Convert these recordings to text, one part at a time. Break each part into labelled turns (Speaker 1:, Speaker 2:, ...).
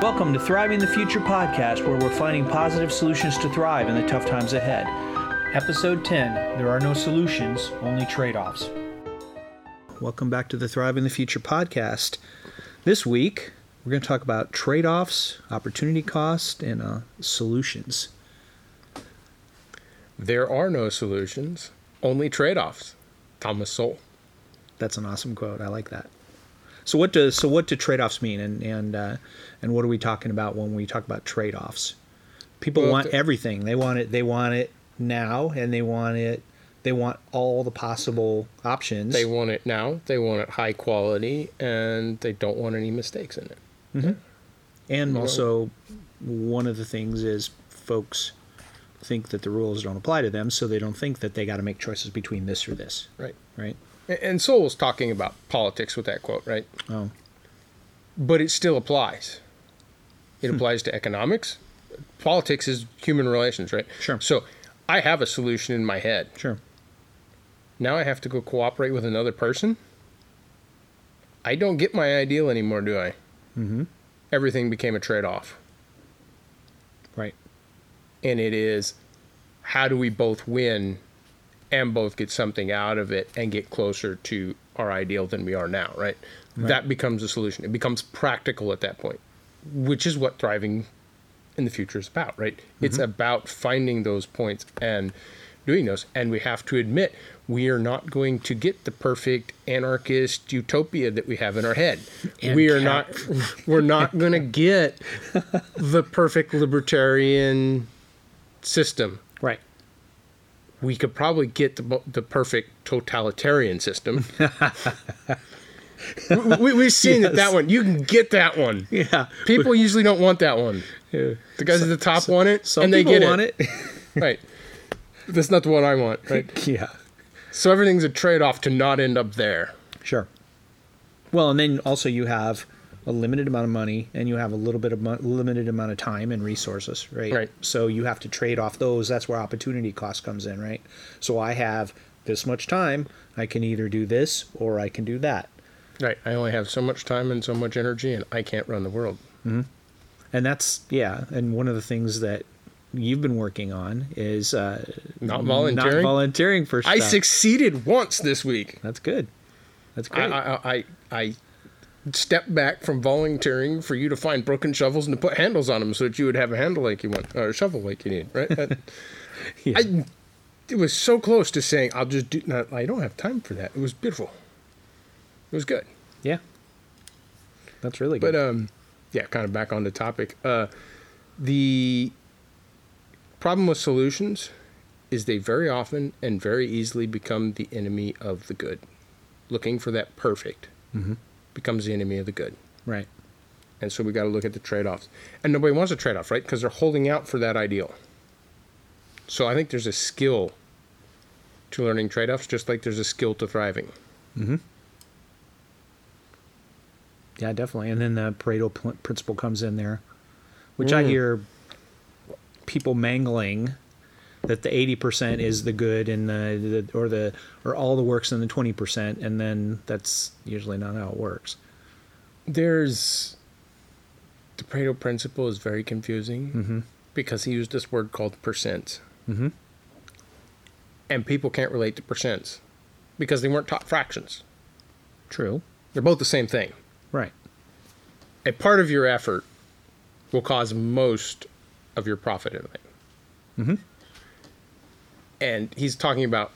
Speaker 1: Welcome to Thriving the Future podcast, where we're finding positive solutions to thrive in the tough times ahead. Episode 10 There Are No Solutions, Only Trade Offs. Welcome back to the Thriving the Future podcast. This week, we're going to talk about trade offs, opportunity cost, and uh, solutions.
Speaker 2: There are no solutions, only trade offs. Thomas Sowell.
Speaker 1: That's an awesome quote. I like that. So what does so what do trade offs mean, and and uh, and what are we talking about when we talk about trade offs? People
Speaker 2: Well,
Speaker 1: want
Speaker 2: the-
Speaker 1: everything. They want it. They want it now, and they want it. They want all the possible options.
Speaker 2: They want it now, they want it high quality, and they don't want any mistakes in it.
Speaker 1: and also, one of the things is folks think that the rules don't apply to them, so they don't think that they got to make choices between this or this.
Speaker 2: Right.
Speaker 1: Right.
Speaker 2: A- And Sowell was talking about politics with that quote, right?
Speaker 1: Oh,
Speaker 2: But it still applies. It applies to economics. Politics is human relations, right?
Speaker 1: Sure.
Speaker 2: So I have a solution in my head.
Speaker 1: sure.
Speaker 2: Now I have to go cooperate with another person. I don't get my ideal anymore, do I? Mm-hmm. Everything became a trade off.
Speaker 1: Right.
Speaker 2: and it is how do we both win and both get something out of it and get closer to our ideal than we are now, right? That becomes a solution. It becomes practical at that point, which is what thriving in the future is about, right?
Speaker 1: Mm-hmm.
Speaker 2: It's about finding those points and doing those. And we have to admit, we are not going to get the perfect anarchist utopia that we have in our head.
Speaker 1: And
Speaker 2: we are
Speaker 1: cat-
Speaker 2: not we're not going to get the perfect libertarian system.
Speaker 1: Right.
Speaker 2: We could probably get the, mo- the perfect totalitarian system. we, we, we've seen that, that
Speaker 1: Yes.
Speaker 2: one. You can get that one.
Speaker 1: Yeah.
Speaker 2: People usually don't want that one.
Speaker 1: Yeah.
Speaker 2: The guys at the top want it,
Speaker 1: Some
Speaker 2: and they
Speaker 1: people
Speaker 2: get
Speaker 1: want
Speaker 2: it.
Speaker 1: it.
Speaker 2: Right. That's not the one I want. Right.
Speaker 1: yeah.
Speaker 2: so everything's a trade-off to not end up there.
Speaker 1: Sure. Well, and then also you have a limited amount of money and you have a little bit of mo- limited amount of time and resources, right?
Speaker 2: Right.
Speaker 1: So you have to trade off those. That's where opportunity cost comes in, right? So I have this much time. I can either do this or I can do that.
Speaker 2: Right. I only have so much time and so much energy, and I can't run the world.
Speaker 1: And that's yeah. And one of the things that you've been working on is uh,
Speaker 2: Not volunteering.
Speaker 1: Not volunteering for stuff.
Speaker 2: I succeeded once this week.
Speaker 1: That's good. That's
Speaker 2: I,
Speaker 1: great.
Speaker 2: I, I, I stepped back from volunteering for you to find broken shovels and to put handles on them so that you would have a handle like you want, or a shovel like you need, right? That-
Speaker 1: Yeah.
Speaker 2: I, it was so close to saying, I'll just do, not, I don't have time for that. It was beautiful. It was good.
Speaker 1: yeah. That's really good.
Speaker 2: But um, yeah, kind of back on the topic. Uh, the problem with solutions is they very often and very easily become the enemy of the good. Looking for that perfect becomes the enemy of the good.
Speaker 1: right.
Speaker 2: And so we got to look at the trade offs. And nobody wants a trade off, right? Because they're holding out for that ideal. So I think there's a skill to learning trade offs, just like there's a skill to thriving.
Speaker 1: Yeah, definitely. And then the Pareto pl- principle comes in there, which I
Speaker 2: Mm.
Speaker 1: hear people mangling that the eighty percent is the good and the, the or the or all the works in the twenty percent, and then that's usually not how it works.
Speaker 2: There's the Pareto principle is very confusing because he used this word called percent. And people can't relate to percents because they weren't taught fractions.
Speaker 1: True.
Speaker 2: They're both the same thing.
Speaker 1: Right.
Speaker 2: a part of your effort will cause most of your profit in it. And he's talking about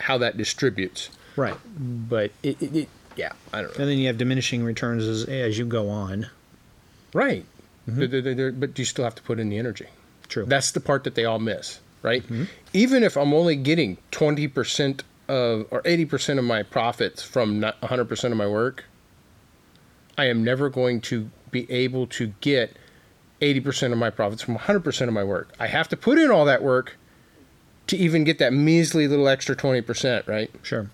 Speaker 2: how that distributes,
Speaker 1: Right.
Speaker 2: but it, it, it yeah, I don't know.
Speaker 1: And then you have diminishing returns as as you go on.
Speaker 2: Right. They're- they're- they're- but you still have to put in the energy.
Speaker 1: True.
Speaker 2: That's the part that they all miss, right? Even if I'm only getting 20% of or 80% of my profits from not 100% of my work, I am never going to be able to get 80% of my profits from 100% of my work. I have to put in all that work to even get that measly little extra 20%, right?
Speaker 1: sure.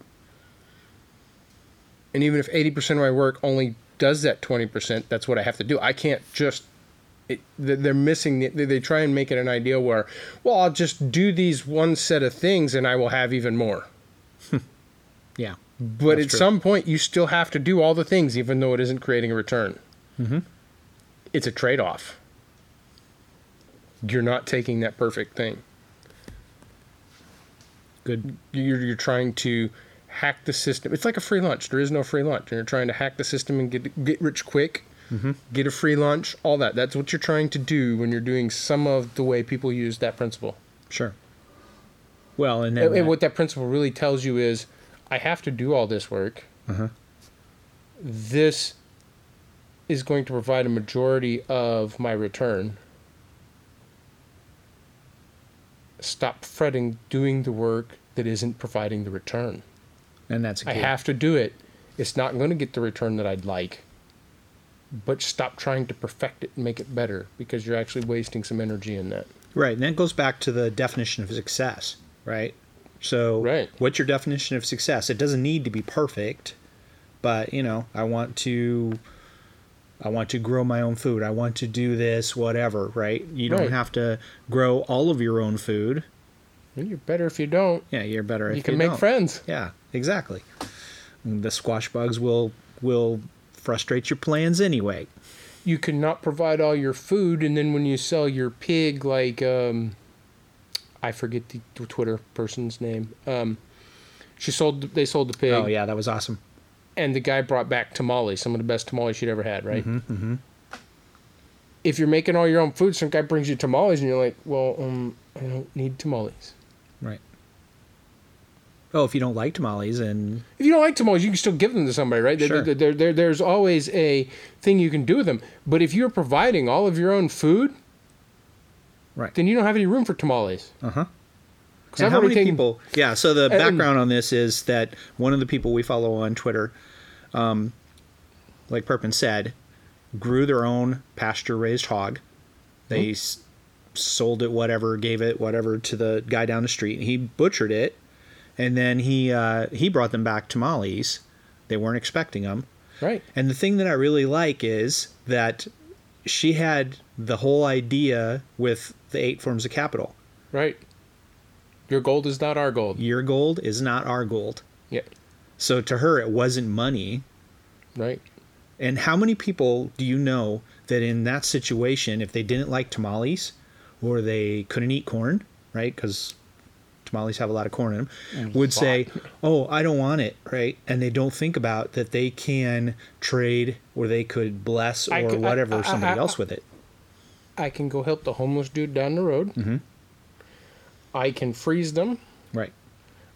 Speaker 2: And even if 80% of my work only does that 20%, that's what I have to do. I can't just, it, they- they're missing, the, they- they try and make it an idea where, well, I'll just do these one set of things and I will have even more.
Speaker 1: Yeah. That's
Speaker 2: But at
Speaker 1: true. Mm-hmm.
Speaker 2: some point, you still have to do all the things, even though it isn't creating a return. it's a trade off. You're not taking that perfect thing.
Speaker 1: Good.
Speaker 2: You're, you're trying to hack the system. It's like a free lunch. There is no free lunch. You're trying to hack the system and get get rich quick, mm-hmm. get a free lunch, all that. That's what you're trying to do when you're doing some of the way people use that principle.
Speaker 1: Sure. Well, and,
Speaker 2: And, and what that principle really tells you is, I have to do all this work.
Speaker 1: uh
Speaker 2: This is going to provide a majority of my return. Stop fretting doing the work that isn't providing the return.
Speaker 1: and that's a
Speaker 2: I
Speaker 1: key.
Speaker 2: have to do it. It's not going to get the return that I'd like. But stop trying to perfect it and make it better because you're actually wasting some energy in that.
Speaker 1: Right, and that goes back to the definition of success, right? So,
Speaker 2: Right.
Speaker 1: what's your definition of success? It doesn't need to be perfect, but you know, I want to, I want to grow my own food. I want to do this, whatever, right? You don't
Speaker 2: Right.
Speaker 1: have to grow all of your own food.
Speaker 2: And You're better if you don't.
Speaker 1: Yeah, you're better.
Speaker 2: You
Speaker 1: if
Speaker 2: can
Speaker 1: you
Speaker 2: make
Speaker 1: don't.
Speaker 2: friends.
Speaker 1: Yeah, exactly. And the squash bugs will will frustrate your plans anyway.
Speaker 2: You cannot provide all your food, and then when you sell your pig, like um, I forget the the Twitter person's name. Um, she sold. They sold the pig.
Speaker 1: Oh yeah, that was awesome.
Speaker 2: and the guy brought back tamales, some of the best tamales she'd ever had,
Speaker 1: Mm-hmm.
Speaker 2: right? If you're making all your own food, some guy brings you tamales, and you're like, "Well, um, I don't need tamales."
Speaker 1: Right. Oh, if you don't like tamales, and
Speaker 2: If you don't like tamales, you can still give them to somebody, right? There-
Speaker 1: Sure.
Speaker 2: there- there- there- there's always a thing you can do with them. But if you're providing all of your own food,
Speaker 1: right.
Speaker 2: then you don't have any room for tamales.
Speaker 1: Uh huh.
Speaker 2: 'Cause
Speaker 1: And
Speaker 2: I've
Speaker 1: how
Speaker 2: already
Speaker 1: many
Speaker 2: taken-
Speaker 1: people? Yeah. So the
Speaker 2: and-
Speaker 1: background on this is that one of the people we follow on Twitter, um, like Perpin said, grew their own pasture-raised hog. They
Speaker 2: Hmm.
Speaker 1: s- sold it, whatever, gave it whatever to the guy down the street, and he butchered it. And then he uh, he brought them back tamales. They weren't expecting them.
Speaker 2: right?
Speaker 1: And the thing that I really like is that she had the whole idea with the eight forms of capital.
Speaker 2: Right. Your gold is not our gold.
Speaker 1: Your gold is not our gold.
Speaker 2: Yeah.
Speaker 1: So to her, it wasn't money.
Speaker 2: Right.
Speaker 1: And how many people do you know that in that situation, if they didn't like tamales or they couldn't eat corn, right? Because tamales have a lot of corn in them,
Speaker 2: Mm,
Speaker 1: would say, Oh, I don't want it, right? And they don't think about that they can trade or they could bless
Speaker 2: I
Speaker 1: or
Speaker 2: could- I-
Speaker 1: whatever
Speaker 2: I- I-
Speaker 1: somebody
Speaker 2: I-
Speaker 1: else with it.
Speaker 2: I can go help the homeless dude down the road.
Speaker 1: Mm-hmm.
Speaker 2: I can freeze them.
Speaker 1: Right.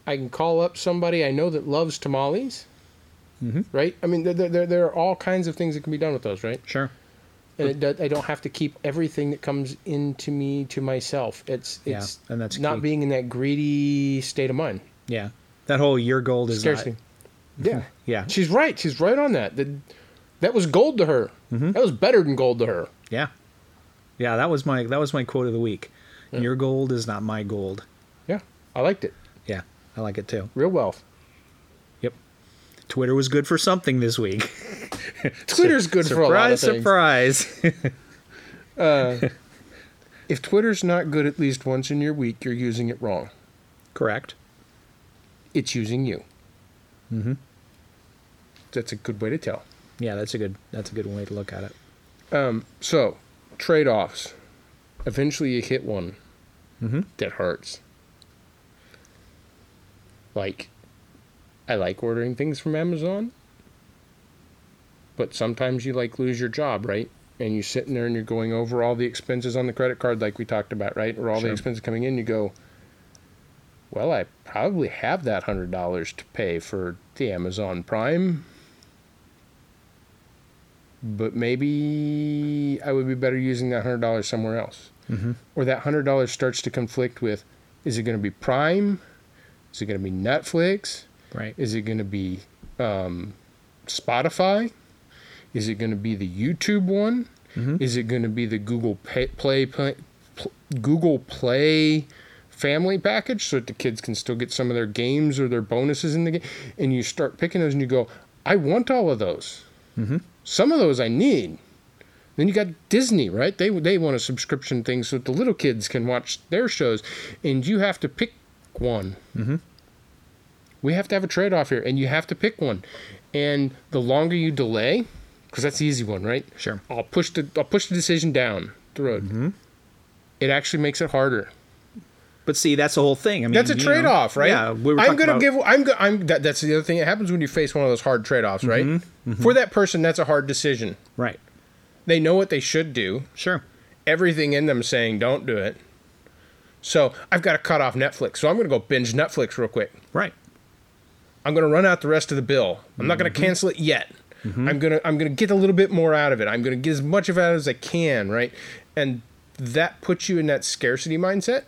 Speaker 2: I can call up somebody I know that loves tamales.
Speaker 1: Mm-hmm.
Speaker 2: Right? I mean, there, there- there, there are all kinds of things that can be done with those, right?
Speaker 1: Sure.
Speaker 2: And it does, I don't have to keep everything that comes into me to myself. It's
Speaker 1: Yeah,
Speaker 2: it's
Speaker 1: and that's
Speaker 2: not
Speaker 1: key.
Speaker 2: being in that greedy state of mind.
Speaker 1: Yeah. That whole your gold is
Speaker 2: Scarcity.
Speaker 1: not.
Speaker 2: Yeah.
Speaker 1: Yeah.
Speaker 2: She's right. She's right on that. That, that was gold to her. That was better than gold to her.
Speaker 1: Yeah. Yeah, that was my that was my quote of the week. Your gold is not my gold.
Speaker 2: Yeah. I liked it.
Speaker 1: Yeah, I like it too.
Speaker 2: Real wealth.
Speaker 1: Yep. Twitter was good for something this week.
Speaker 2: Twitter's good for a lot of
Speaker 1: surprise,
Speaker 2: things.
Speaker 1: surprise.
Speaker 2: If Twitter's not good at least once in your week, you're using it wrong.
Speaker 1: Correct.
Speaker 2: It's using you. Mm-hmm. That's a good way to tell.
Speaker 1: Yeah, that's a good that's a good way to look at it.
Speaker 2: So, trade offs. Eventually, you hit one that hurts. Like, I like ordering things from Amazon, but sometimes you like lose your job, right? And you're sitting there and you're going over all the expenses on the credit card, like we talked about, right? Or all
Speaker 1: Sure.
Speaker 2: the expenses coming in. You go, well, I probably have that hundred dollars to pay for the Amazon Prime but maybe I would be better using that hundred dollars somewhere else. Mm-hmm. Or that hundred dollars starts to conflict with: is it going to be Prime? Is it going to be Netflix?
Speaker 1: Right.
Speaker 2: Is it going to be um, Spotify? Is it going to be the YouTube one? Is it going to be the Google Pay, Play, Play Pl- Google Play family package so that the kids can still get some of their games or their bonuses in the game? And you start picking those and you go, I want all of those. Some of those I need. Then you got Disney, right? They they want a subscription thing so that the little kids can watch their shows, and you have to pick one. We have to have a trade off here, and you have to pick one. And the longer you delay, because that's the easy one, right?
Speaker 1: Sure.
Speaker 2: I'll push the I'll push the decision down the road. It actually makes it harder.
Speaker 1: But see, that's the whole thing. I mean,
Speaker 2: That's a
Speaker 1: you know,
Speaker 2: trade off, right?
Speaker 1: Yeah, we were
Speaker 2: I'm
Speaker 1: talking
Speaker 2: gonna
Speaker 1: about-
Speaker 2: give. I'm. Go, I'm. That, that's the other thing. It happens when you face one of those hard trade offs, right? For that person, that's a hard decision.
Speaker 1: right.
Speaker 2: They know what they should do.
Speaker 1: Sure.
Speaker 2: Everything in them saying don't do it. So I've got to cut off Netflix. So I'm gonna go binge Netflix real quick.
Speaker 1: Right.
Speaker 2: I'm gonna run out the rest of the bill. I'm not
Speaker 1: Mm-hmm.
Speaker 2: gonna cancel it yet. I'm gonna I'm gonna get a little bit more out of it. I'm gonna get as much of it as I can, right? And that puts you in that scarcity mindset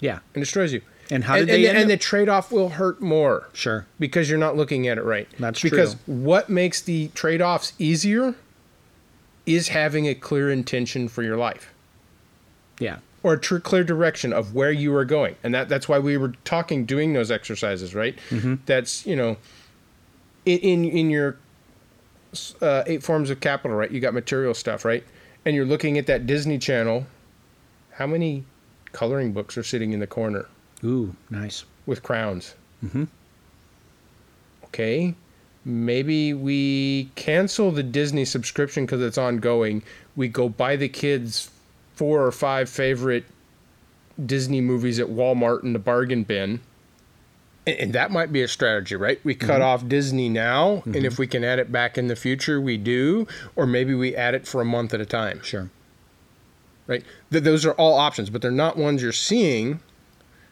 Speaker 1: Yeah.
Speaker 2: and destroys you.
Speaker 1: And how did
Speaker 2: and,
Speaker 1: they
Speaker 2: and,
Speaker 1: end
Speaker 2: and the
Speaker 1: up-
Speaker 2: trade off will hurt more.
Speaker 1: Sure.
Speaker 2: Because you're not looking at it right.
Speaker 1: That's
Speaker 2: because
Speaker 1: true.
Speaker 2: what makes the trade offs easier is having a clear intention for your life
Speaker 1: Yeah.
Speaker 2: or a tr- clear direction of where you are going. And that, that's why we were talking doing those exercises, right? That's, you know, in, in, in your uh, eight forms of capital, right? You got material stuff, right? And you're looking at that Disney Channel. How many coloring books are sitting in the corner?
Speaker 1: Ooh, nice.
Speaker 2: with crowns. Mm-hmm. Okay, maybe we cancel the Disney subscription because it's ongoing. We go buy the kids four or five favorite Disney movies at Walmart in the bargain bin. And, and that might be a strategy, right? We cut off Disney now, and if we can add it back in the future, we do. Or maybe we add it for a month at a time
Speaker 1: Sure.
Speaker 2: right? Th- those are all options, but they're not ones you're seeing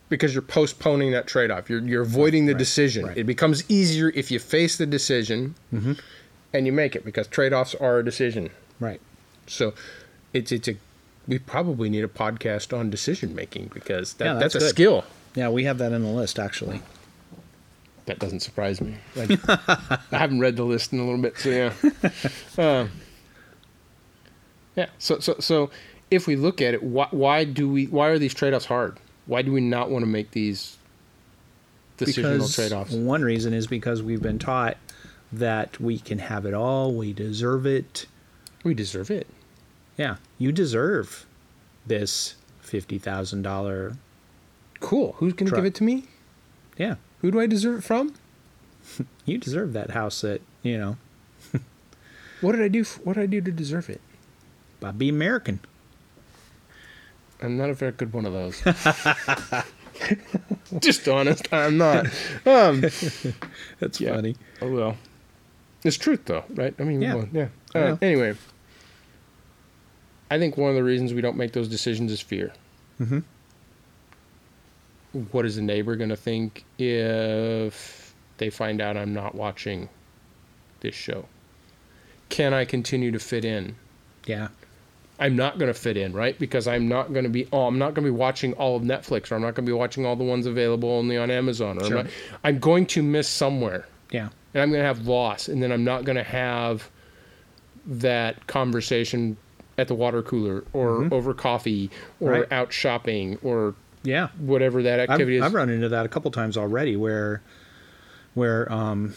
Speaker 2: because you're postponing that trade-off. You're you're avoiding the decision.
Speaker 1: right. Mm-hmm.
Speaker 2: It becomes easier if you face the decision and you make it because trade-offs are a decision.
Speaker 1: Right.
Speaker 2: So it's it's a we probably need a podcast on decision making because that,
Speaker 1: Yeah,
Speaker 2: that's,
Speaker 1: that's
Speaker 2: a
Speaker 1: good.
Speaker 2: skill.
Speaker 1: Yeah, we have that in the list actually.
Speaker 2: That doesn't surprise me. I, I haven't read the list in a little bit, so yeah. Um, yeah. So so so if we look at it, why why do we why are these trade offs hard? Why do we not want to make these decisional
Speaker 1: Because
Speaker 2: trade offs?
Speaker 1: one reason is because we've been taught that we can have it all, we deserve it.
Speaker 2: We deserve it.
Speaker 1: Yeah, you deserve this fifty thousand dollar.
Speaker 2: Cool. Who's gonna
Speaker 1: Try.
Speaker 2: give it to me?
Speaker 1: Yeah,
Speaker 2: Who do I deserve it from?
Speaker 1: you deserve that house that you know
Speaker 2: What did I do? f what did I do to deserve it?
Speaker 1: by being American.
Speaker 2: I'm not a very good one of those. Just honest, I'm not. Um,
Speaker 1: That's
Speaker 2: Yeah.
Speaker 1: funny.
Speaker 2: Oh well, it's truth though, right? I mean,
Speaker 1: Yeah.
Speaker 2: well, yeah.
Speaker 1: I
Speaker 2: Uh,
Speaker 1: know.
Speaker 2: anyway, I think one of the reasons we don't make those decisions is fear.
Speaker 1: Mhm.
Speaker 2: What is the neighbor going to think if they find out I'm not watching this show? Can I continue to fit in?
Speaker 1: Yeah,
Speaker 2: I'm not going to fit in, right? Because I'm not going to be. Oh, I'm not going to be watching all of Netflix, or I'm not going to be watching all the ones available only on Amazon, or
Speaker 1: Sure.
Speaker 2: I'm, not, I'm going to miss somewhere
Speaker 1: yeah,
Speaker 2: and I'm going to have loss, and then I'm not going to have that conversation at the water cooler or over coffee or
Speaker 1: Mm-hmm. Right.
Speaker 2: out shopping or
Speaker 1: yeah.
Speaker 2: whatever that
Speaker 1: I've,
Speaker 2: activity
Speaker 1: I've
Speaker 2: is.
Speaker 1: run into that a couple times already, where where um,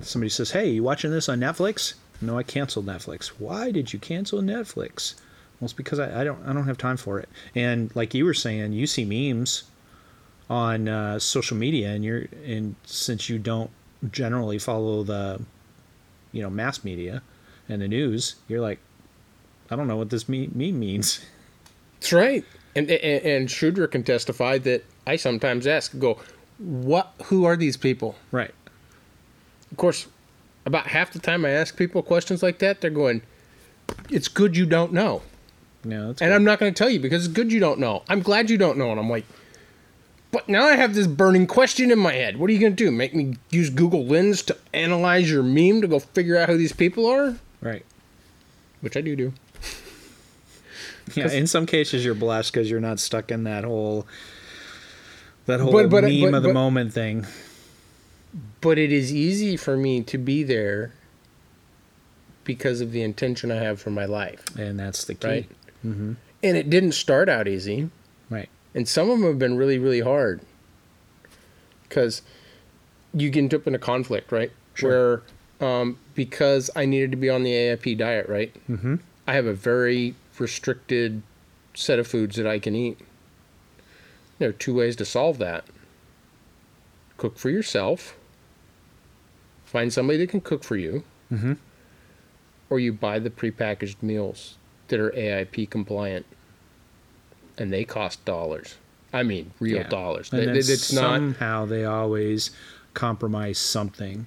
Speaker 1: somebody says, "Hey, you watching this on Netflix?" No, I canceled Netflix. Why did you cancel Netflix? Well, it's because I, I don't I don't have time for it. And like you were saying, you see memes on uh, social media, and you're and since you don't generally follow the you know mass media and the news, you're like, I don't know what this me- meme means.
Speaker 2: That's right. And, and and Shudra can testify that I sometimes ask, go, what? Who are these people?
Speaker 1: Right.
Speaker 2: Of course, about half the time I ask people questions like that, they're going, "It's good you don't know."
Speaker 1: No, that's
Speaker 2: And
Speaker 1: good.
Speaker 2: I'm not going to tell you because it's good you don't know. I'm glad you don't know. And I'm like, but now I have this burning question in my head. What are you going to do? Make me use Google Lens to analyze your meme to go figure out who these people are?
Speaker 1: right.
Speaker 2: Which I do do.
Speaker 1: Yeah, in some cases you're blessed because you're not stuck in that whole that whole
Speaker 2: but-
Speaker 1: meme
Speaker 2: but-
Speaker 1: of the
Speaker 2: but-
Speaker 1: moment thing.
Speaker 2: But it is easy for me to be there because of the intention I have for my life,
Speaker 1: And that's the key.
Speaker 2: right? And it didn't start out easy.
Speaker 1: Right.
Speaker 2: And some of them have been really, really hard. Because you get up in a conflict, right?
Speaker 1: Sure.
Speaker 2: Where um, because I needed to be on the AIP diet, right? Mm-hmm. I have a very restricted set of foods that I can eat. There are two ways to solve that cook for yourself, find somebody that can cook for you,
Speaker 1: Mm-hmm.
Speaker 2: or you buy the prepackaged meals that are AIP compliant, and they cost dollars. I mean, real
Speaker 1: Yeah.
Speaker 2: dollars.
Speaker 1: And
Speaker 2: Th-
Speaker 1: then
Speaker 2: th- it's not.
Speaker 1: somehow they always compromise something.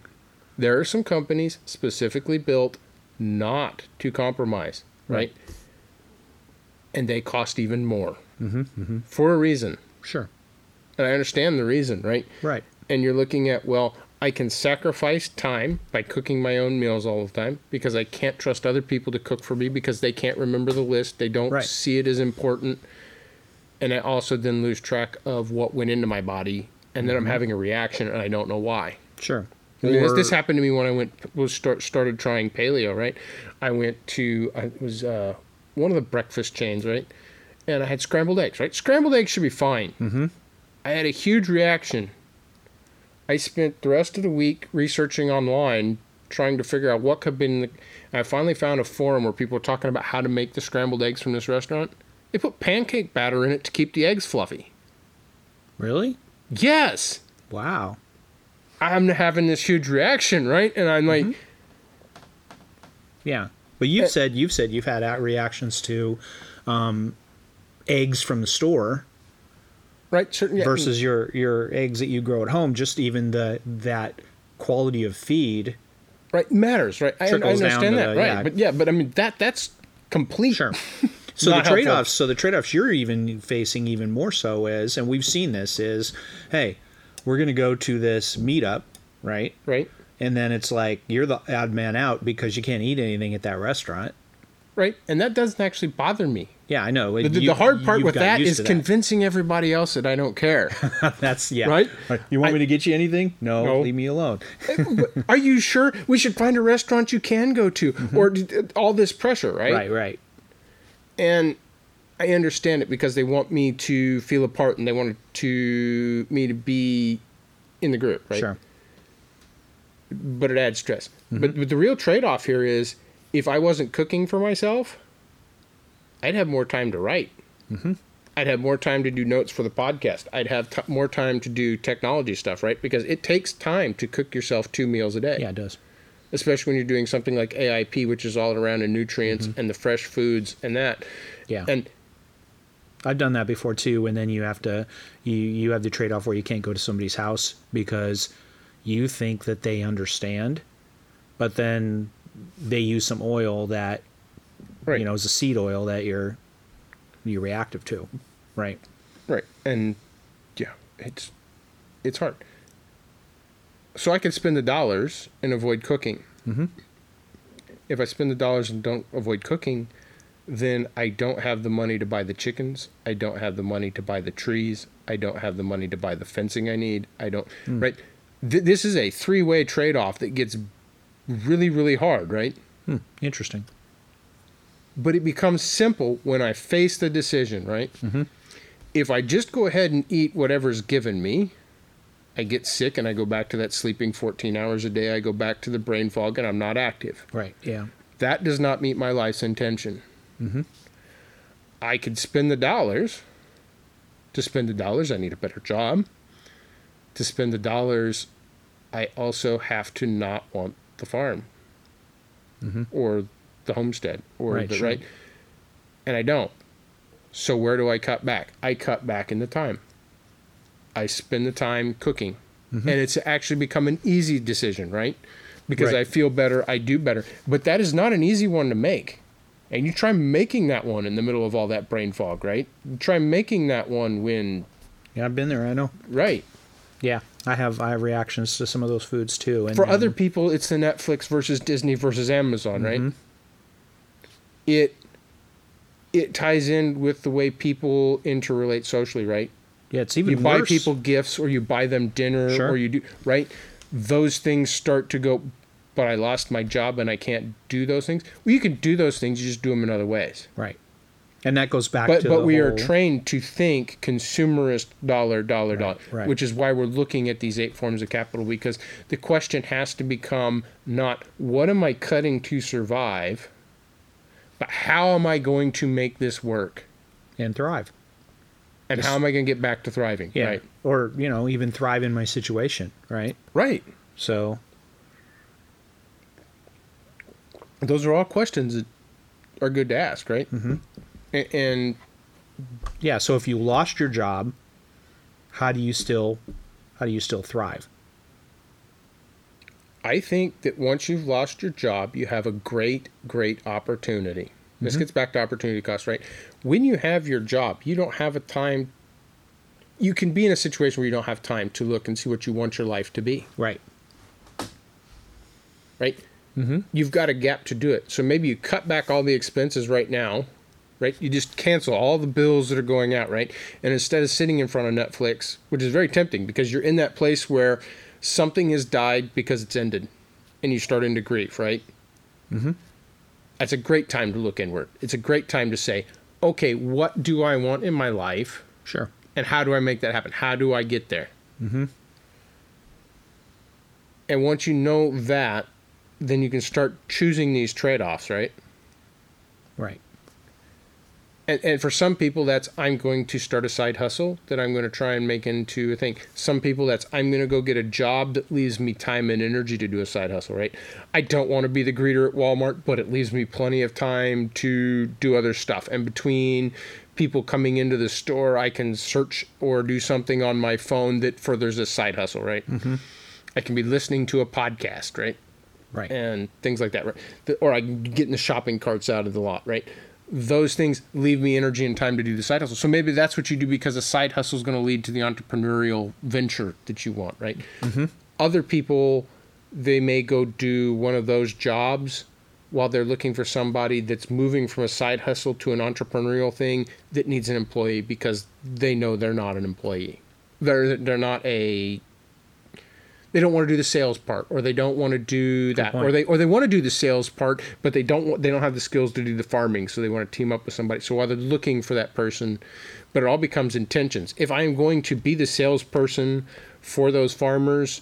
Speaker 2: There are some companies specifically built not to compromise, right?
Speaker 1: Right.
Speaker 2: And they cost even more for a reason,
Speaker 1: Sure.
Speaker 2: and I understand the reason, right?
Speaker 1: Right.
Speaker 2: and you're looking at well i can sacrifice time by cooking my own meals all the time because i can't trust other people to cook for me because they can't remember the list they don't
Speaker 1: Right.
Speaker 2: see it as important and i also then lose track of what went into my body and then i'm having a reaction and i don't know why
Speaker 1: Sure.
Speaker 2: I mean, this, this
Speaker 1: Or-
Speaker 2: happened to me when I went was start, started trying paleo. Right, I went to I it was uh, one of the breakfast chains, right, and I had scrambled eggs. Right, scrambled eggs should be fine. Mm-hmm. I had a huge reaction. I spent the rest of the week researching online, trying to figure out what could have been. The, I finally found a forum where people were talking about how to make the scrambled eggs from this restaurant. They put pancake batter in it to keep the eggs fluffy.
Speaker 1: really?
Speaker 2: Yes.
Speaker 1: Wow.
Speaker 2: I'm having this huge reaction, right? And I'm like,
Speaker 1: Mm-hmm. Yeah. But
Speaker 2: Eh.
Speaker 1: you've said you've said you've had out reactions to um, eggs from the store
Speaker 2: right? Certain yeah,
Speaker 1: versus your your eggs that you grow at home. Just even the that quality of feed.
Speaker 2: right matters right I, I
Speaker 1: Trickles down
Speaker 2: understand
Speaker 1: to
Speaker 2: that
Speaker 1: the-
Speaker 2: right
Speaker 1: yeah.
Speaker 2: but yeah but i mean that that's complete
Speaker 1: Sure. So the
Speaker 2: Not helpful.
Speaker 1: trade offs. So the trade offs you're even facing even more so is, and we've seen this is, hey, we're gonna go to this meetup, right?
Speaker 2: right
Speaker 1: And then it's like you're the odd man out because you can't eat anything at that restaurant.
Speaker 2: right and that doesn't actually bother me
Speaker 1: Yeah, I know.
Speaker 2: the, the- the hard part with that is convincing everybody else that i don't care
Speaker 1: That's yeah.
Speaker 2: Right?
Speaker 1: You want
Speaker 2: I-
Speaker 1: me to get you anything? No,
Speaker 2: No.
Speaker 1: leave me alone.
Speaker 2: Eh, are you sure we should find a restaurant you can go to or d- d- all this pressure right?
Speaker 1: Mm-hmm. Right, right.
Speaker 2: and i understand it because they want me to feel apart and they want to me to be in the group right
Speaker 1: Sure.
Speaker 2: but it adds stress.
Speaker 1: Mm-hmm.
Speaker 2: But, but the real trade off here is if I wasn't cooking for myself, I'd have more time to write.
Speaker 1: Mm-hmm.
Speaker 2: I'd have more time to do notes for the podcast. I'd have t- more time to do technology stuff, right? Because it takes time to cook yourself two meals a day,
Speaker 1: Yeah, it does.
Speaker 2: especially when you're doing something like AIP, which is all around the nutrients and the fresh foods and that.
Speaker 1: Mm-hmm. Yeah.
Speaker 2: And
Speaker 1: I've done that before too, and then you have to you you have the trade off where you can't go to somebody's house because you think that they understand, but then they use some oil that
Speaker 2: right,
Speaker 1: you know is a seed oil that you're you're reactive to, right?
Speaker 2: Right. And yeah, it's it's hard. So I could spend the dollars and avoid cooking. Mm-hmm. If I spend the dollars and don't avoid cooking, then I don't have the money to buy the chickens. I don't have the money to buy the trees. I don't have the money to buy the fencing I need. I don't. Right. Th- this is a three-way trade-off that gets really, really hard. Right
Speaker 1: Interesting.
Speaker 2: but it becomes simple when I face the decision, right? If I just go ahead and eat whatever's given me, I get sick and I go back to that sleeping 14 hours a day. I go back to the brain fog and I'm not active.
Speaker 1: Right. Yeah.
Speaker 2: That does not meet my life's intention.
Speaker 1: Mm-hmm.
Speaker 2: I could spend the dollars. To spend the dollars, I need a better job. To spend the dollars, I also have to not want the farm or the homestead or
Speaker 1: Mm-hmm. Right,
Speaker 2: the
Speaker 1: sure.
Speaker 2: right. And I don't. So where do I cut back? I cut back in the time. I spend the time cooking. And it's actually become an easy decision, right? Because
Speaker 1: Right.
Speaker 2: I feel better, I do better. But that is not an easy one to make. And you try making that one in the middle of all that brain fog, right? You try making that one when
Speaker 1: Yeah, I've been there. I know.
Speaker 2: right.
Speaker 1: Yeah, I have I have reactions to some of those foods too. And
Speaker 2: For
Speaker 1: and-
Speaker 2: other people, it's the Netflix versus Disney versus Amazon, right? It it ties in with the way people interrelate socially, right?
Speaker 1: yeah, it's even
Speaker 2: You buy
Speaker 1: worse.
Speaker 2: people gifts or you buy them dinner
Speaker 1: Sure.
Speaker 2: or you do right? Those things start to go but I lost my job and I can't do those things. Well, you can do those things, you just do them in other ways.
Speaker 1: right, and that goes back.
Speaker 2: But
Speaker 1: to
Speaker 2: but
Speaker 1: the
Speaker 2: we are
Speaker 1: whole-
Speaker 2: trained to think consumerist dollar dollar dollar,
Speaker 1: right.
Speaker 2: which is why we're looking at these eight forms of capital because the question has to become not what am I cutting to survive, but how am I going to make this work
Speaker 1: and thrive.
Speaker 2: and how am I going to get back to thriving?
Speaker 1: Yeah.
Speaker 2: Right.
Speaker 1: Or, you know, even thrive in my situation, right?
Speaker 2: Right.
Speaker 1: So
Speaker 2: Those are all questions that are good to ask, right? Mm-hmm. A- And
Speaker 1: Yeah. So if you lost your job, how do you still, how do you still thrive?
Speaker 2: I think that once you've lost your job, you have a great, great opportunity. This gets back to opportunity cost, right? When you have your job, you don't have a time. You can be in a situation where you don't have time to look and see what you want your life to be,
Speaker 1: Right.
Speaker 2: right? Mm-hmm. You've got a gap to do it. So maybe you cut back all the expenses right now, right? You just cancel all the bills that are going out, right? And instead of sitting in front of Netflix, which is very tempting because you're in that place where something has died because it's ended and you start into grief, right? Mm-hmm. That's a great time to look inward. It's a great time to say, okay, what do I want in my life?
Speaker 1: Sure.
Speaker 2: and how do I make that happen? How do I get there? Mm-hmm. And once you know that, then you can start choosing these trade offs, right?
Speaker 1: Right.
Speaker 2: And, and for some people, that's I'm going to start a side hustle that I'm going to try and make into a thing. Some people, that's I'm going to go get a job that leaves me time and energy to do a side hustle, right? I don't want to be the greeter at Walmart, but it leaves me plenty of time to do other stuff. And between people coming into the store, I can search or do something on my phone that furthers a side hustle, right? I can be listening to a podcast, right?
Speaker 1: Right.
Speaker 2: and things like that, right? The- Or I can get in the shopping carts out of the lot, right? Those things leave me energy and time to do the side hustle. So maybe that's what you do because a side hustle is going to lead to the entrepreneurial venture that you want, right? Other people, they may go do one of those jobs while they're looking for somebody that's moving from a side hustle to an entrepreneurial thing that needs an employee because they know they're not an employee. They're they're not a they don't want to do the sales part or they don't want to do that or
Speaker 1: point.
Speaker 2: they or they want to do the sales part but they don't want, they don't have the skills to do the farming so they want to team up with somebody so while they're looking for that person but it all becomes intentions if i am going to be the salesperson for those farmers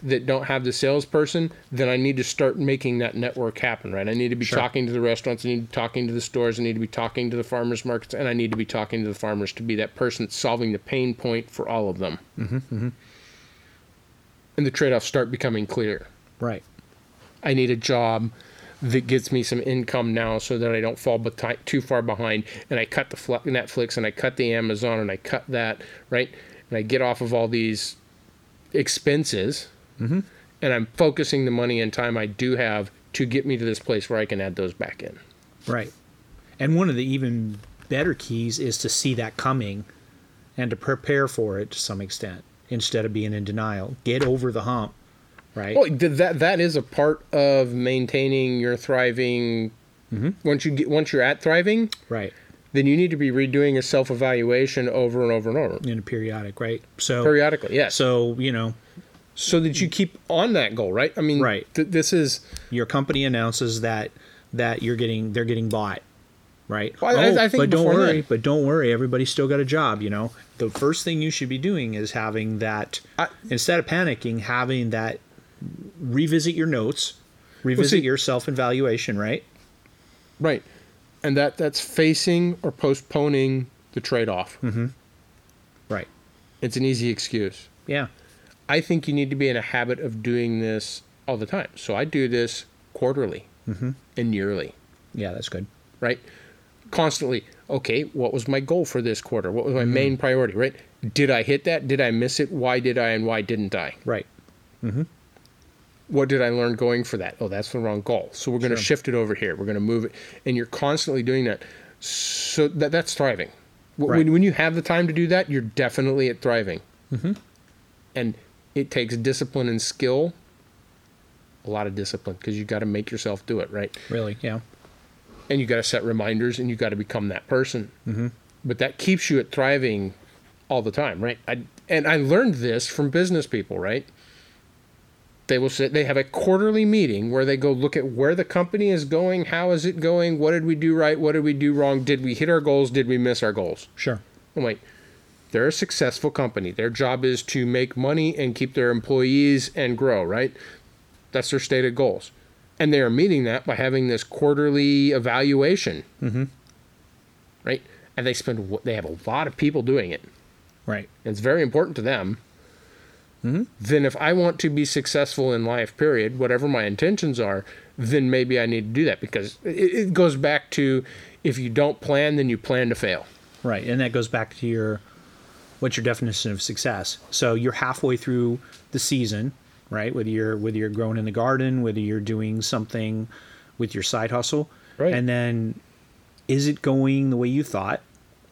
Speaker 2: that don't have the salesperson then i need to start making that network happen right i need to be
Speaker 1: Sure.
Speaker 2: talking to the restaurants i need to be talking to the stores i need to be talking to the farmers markets and i need to be talking to the farmers to be that person that's solving the pain point for all of them and the trade-offs start becoming clear
Speaker 1: Right.
Speaker 2: I need a job that gets me some income now so that I don't fall beti- too far behind. And I cut the fl- Netflix and I cut the Amazon and I cut that, right? And I get off of all these expenses and I'm focusing the money and time I do have to get me to this place where I can add those back in.
Speaker 1: Right. And one of the even better keys is to see that coming and to prepare for it to some extent instead of being in denial. Get over the hump, right?
Speaker 2: Well, th- that that is a part of maintaining your thriving. Once you get once you're at thriving,
Speaker 1: Right.
Speaker 2: then you need to be redoing a self evaluation over and over and over
Speaker 1: In a periodic, right? So
Speaker 2: periodically. Yes.
Speaker 1: so, you know,
Speaker 2: so that you keep on that goal, right? I mean,
Speaker 1: Right.
Speaker 2: Th- this is.
Speaker 1: your company announces that that you're getting they're getting bought right Oh,
Speaker 2: Well, I- I think
Speaker 1: but don't
Speaker 2: before
Speaker 1: worry
Speaker 2: then-
Speaker 1: but don't worry everybody's still got a job you know the first thing you should be doing is having that
Speaker 2: I-
Speaker 1: instead of panicking having that revisit your notes revisit
Speaker 2: see-
Speaker 1: your self evaluation right
Speaker 2: Right. And that that's facing or postponing the trade off.
Speaker 1: right
Speaker 2: It's an easy excuse.
Speaker 1: yeah
Speaker 2: I think you need to be in a habit of doing this all the time. So I do this quarterly and yearly,
Speaker 1: yeah that's good
Speaker 2: right? Constantly. Okay, what was my goal for this quarter? What was my main priority, right? Did I hit that? Did I miss it? Why did I and why didn't I?
Speaker 1: right
Speaker 2: what did I learn going for that? Oh, that's the wrong goal. So we're going to shift it over here. We're going to move it, and you're constantly doing that. So that that's thriving. Wh-
Speaker 1: Right.
Speaker 2: When when you have the time to do that, you're definitely at thriving. And it takes discipline and skill. A lot of discipline because you got to make yourself do it right,
Speaker 1: really yeah
Speaker 2: and you got to set reminders, and you got to become that person. But that keeps you at thriving all the time, right? I, and I learned this from business people, right? they will sit they have a quarterly meeting where they go look at where the company is going how is it going what did we do right what did we do wrong did we hit our goals did we miss our goals
Speaker 1: sure
Speaker 2: i'm like they're a successful company their job is to make money and keep their employees and grow right that's their stated goals and they are meeting that by having this quarterly evaluation mm-hmm. right and they spend they have a lot of people doing it
Speaker 1: right
Speaker 2: it's very important to them then if I want to be successful in life, period, whatever my intentions are, then maybe I need to do that because it, it goes back to if you don't plan, then you plan to fail.
Speaker 1: Right, and that goes back to your what's your definition of success. So you're halfway through the season, right? Whether you're whether you're growing in the garden, whether you're doing something with your side hustle,
Speaker 2: Right.
Speaker 1: and then is it going the way you thought?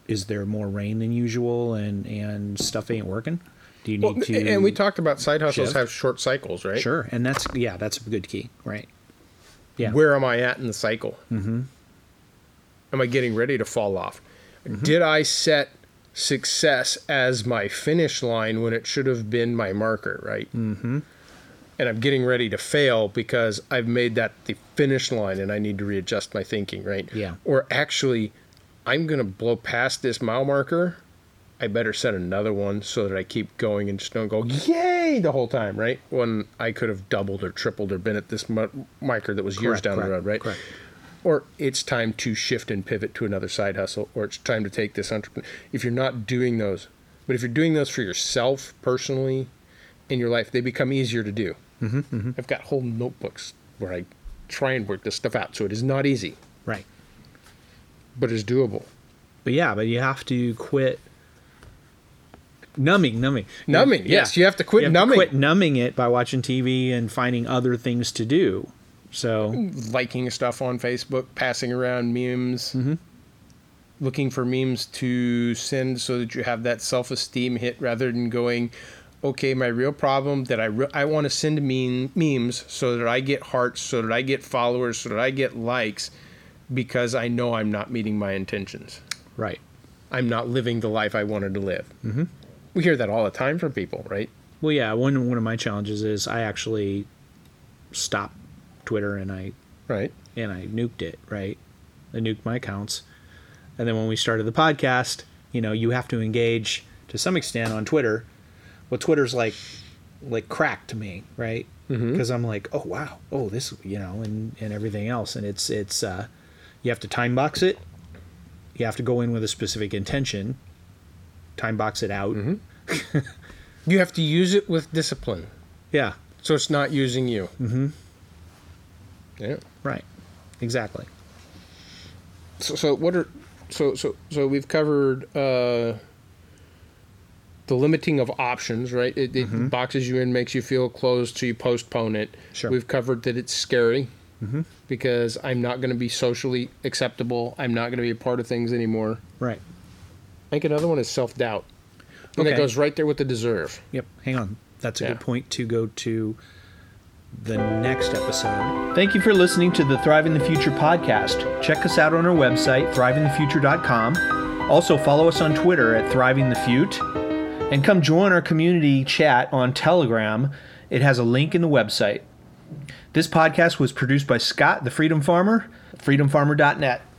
Speaker 1: Is there more rain than usual, and and stuff ain't working? Do you need to?
Speaker 2: and we talked about side hustles
Speaker 1: shift.
Speaker 2: have short cycles, right?
Speaker 1: sure, and that's yeah, that's a good key, right? Yeah,
Speaker 2: Where am I at in the cycle? Mm-hmm. Am I getting ready to fall off?
Speaker 1: Mm-hmm.
Speaker 2: Did I set success as my finish line when it should have been my marker, right? Mm-hmm. And I'm getting ready to fail because I've made that the finish line and I need to readjust my thinking, right?
Speaker 1: Yeah.
Speaker 2: Or actually, I'm going to blow past this mile marker. I better set another one so that I keep going and just don't go yay the whole time, right? When I could have doubled or tripled or been at this mu- marker that was years
Speaker 1: Correct,
Speaker 2: down the
Speaker 1: correct,
Speaker 2: road, right?
Speaker 1: correct.
Speaker 2: Or it's time to shift and pivot to another side hustle, or it's time to take this entrepreneur. If you're not doing those, but if you're doing those for yourself personally in your life, they become easier to do. Mm-hmm, I've got whole notebooks where I try and work this stuff out, so it is not easy,
Speaker 1: right.
Speaker 2: but it's doable.
Speaker 1: But yeah, but you have to quit numbing, numbing,
Speaker 2: Numbing, yes, you have to quit
Speaker 1: have
Speaker 2: numbing.
Speaker 1: quit numbing it by watching TV and finding other things to do. So
Speaker 2: liking stuff on Facebook, passing around memes, looking for memes to send so that you have that self esteem hit rather than going, okay, my real problem that I, re- I want to send meme- memes so that I get hearts, so that I get followers, so that I get likes because I know I'm not meeting my intentions.
Speaker 1: right,
Speaker 2: I'm not living the life I wanted to live. Mm-hmm. We hear that all the time from people, right?
Speaker 1: well, yeah. One one of my challenges is I actually stopped Twitter and I
Speaker 2: Right.
Speaker 1: and I nuked it. Right, I nuked my accounts, and then when we started the podcast, you know, you have to engage to some extent on Twitter. Well, Twitter's like like crack to me, right? Because I'm like, oh wow, oh this, you know, and and everything else, and it's it's uh, you have to time box it, you have to go in with a specific intention, time box it out,
Speaker 2: You have to use it with discipline
Speaker 1: yeah,
Speaker 2: so it's not using you. Mm-hmm. Yeah.
Speaker 1: right, exactly,
Speaker 2: so, so what are so so so we've covered uh the limiting of options right it, it
Speaker 1: Mm-hmm.
Speaker 2: boxes you in makes you feel closed so you postpone it
Speaker 1: Sure. Mm-hmm.
Speaker 2: we've covered that it's scary because i'm not going to be socially acceptable i'm not going to be a part of things anymore
Speaker 1: right,
Speaker 2: i think another one is self-doubt and that
Speaker 1: Okay.
Speaker 2: goes right there with the deserve
Speaker 1: yep. Hang on, that's a
Speaker 2: Yeah.
Speaker 1: good point to go to the next episode. Thank you for listening to the Thrive in the Future podcast. Check us out on our website, thriveinthefuture.com. Also, follow us on Twitter at thrivingthefute. And come join our community chat on Telegram. It has a link in the website. This podcast was produced by Scott, the Freedom Farmer, freedomfarmer.net.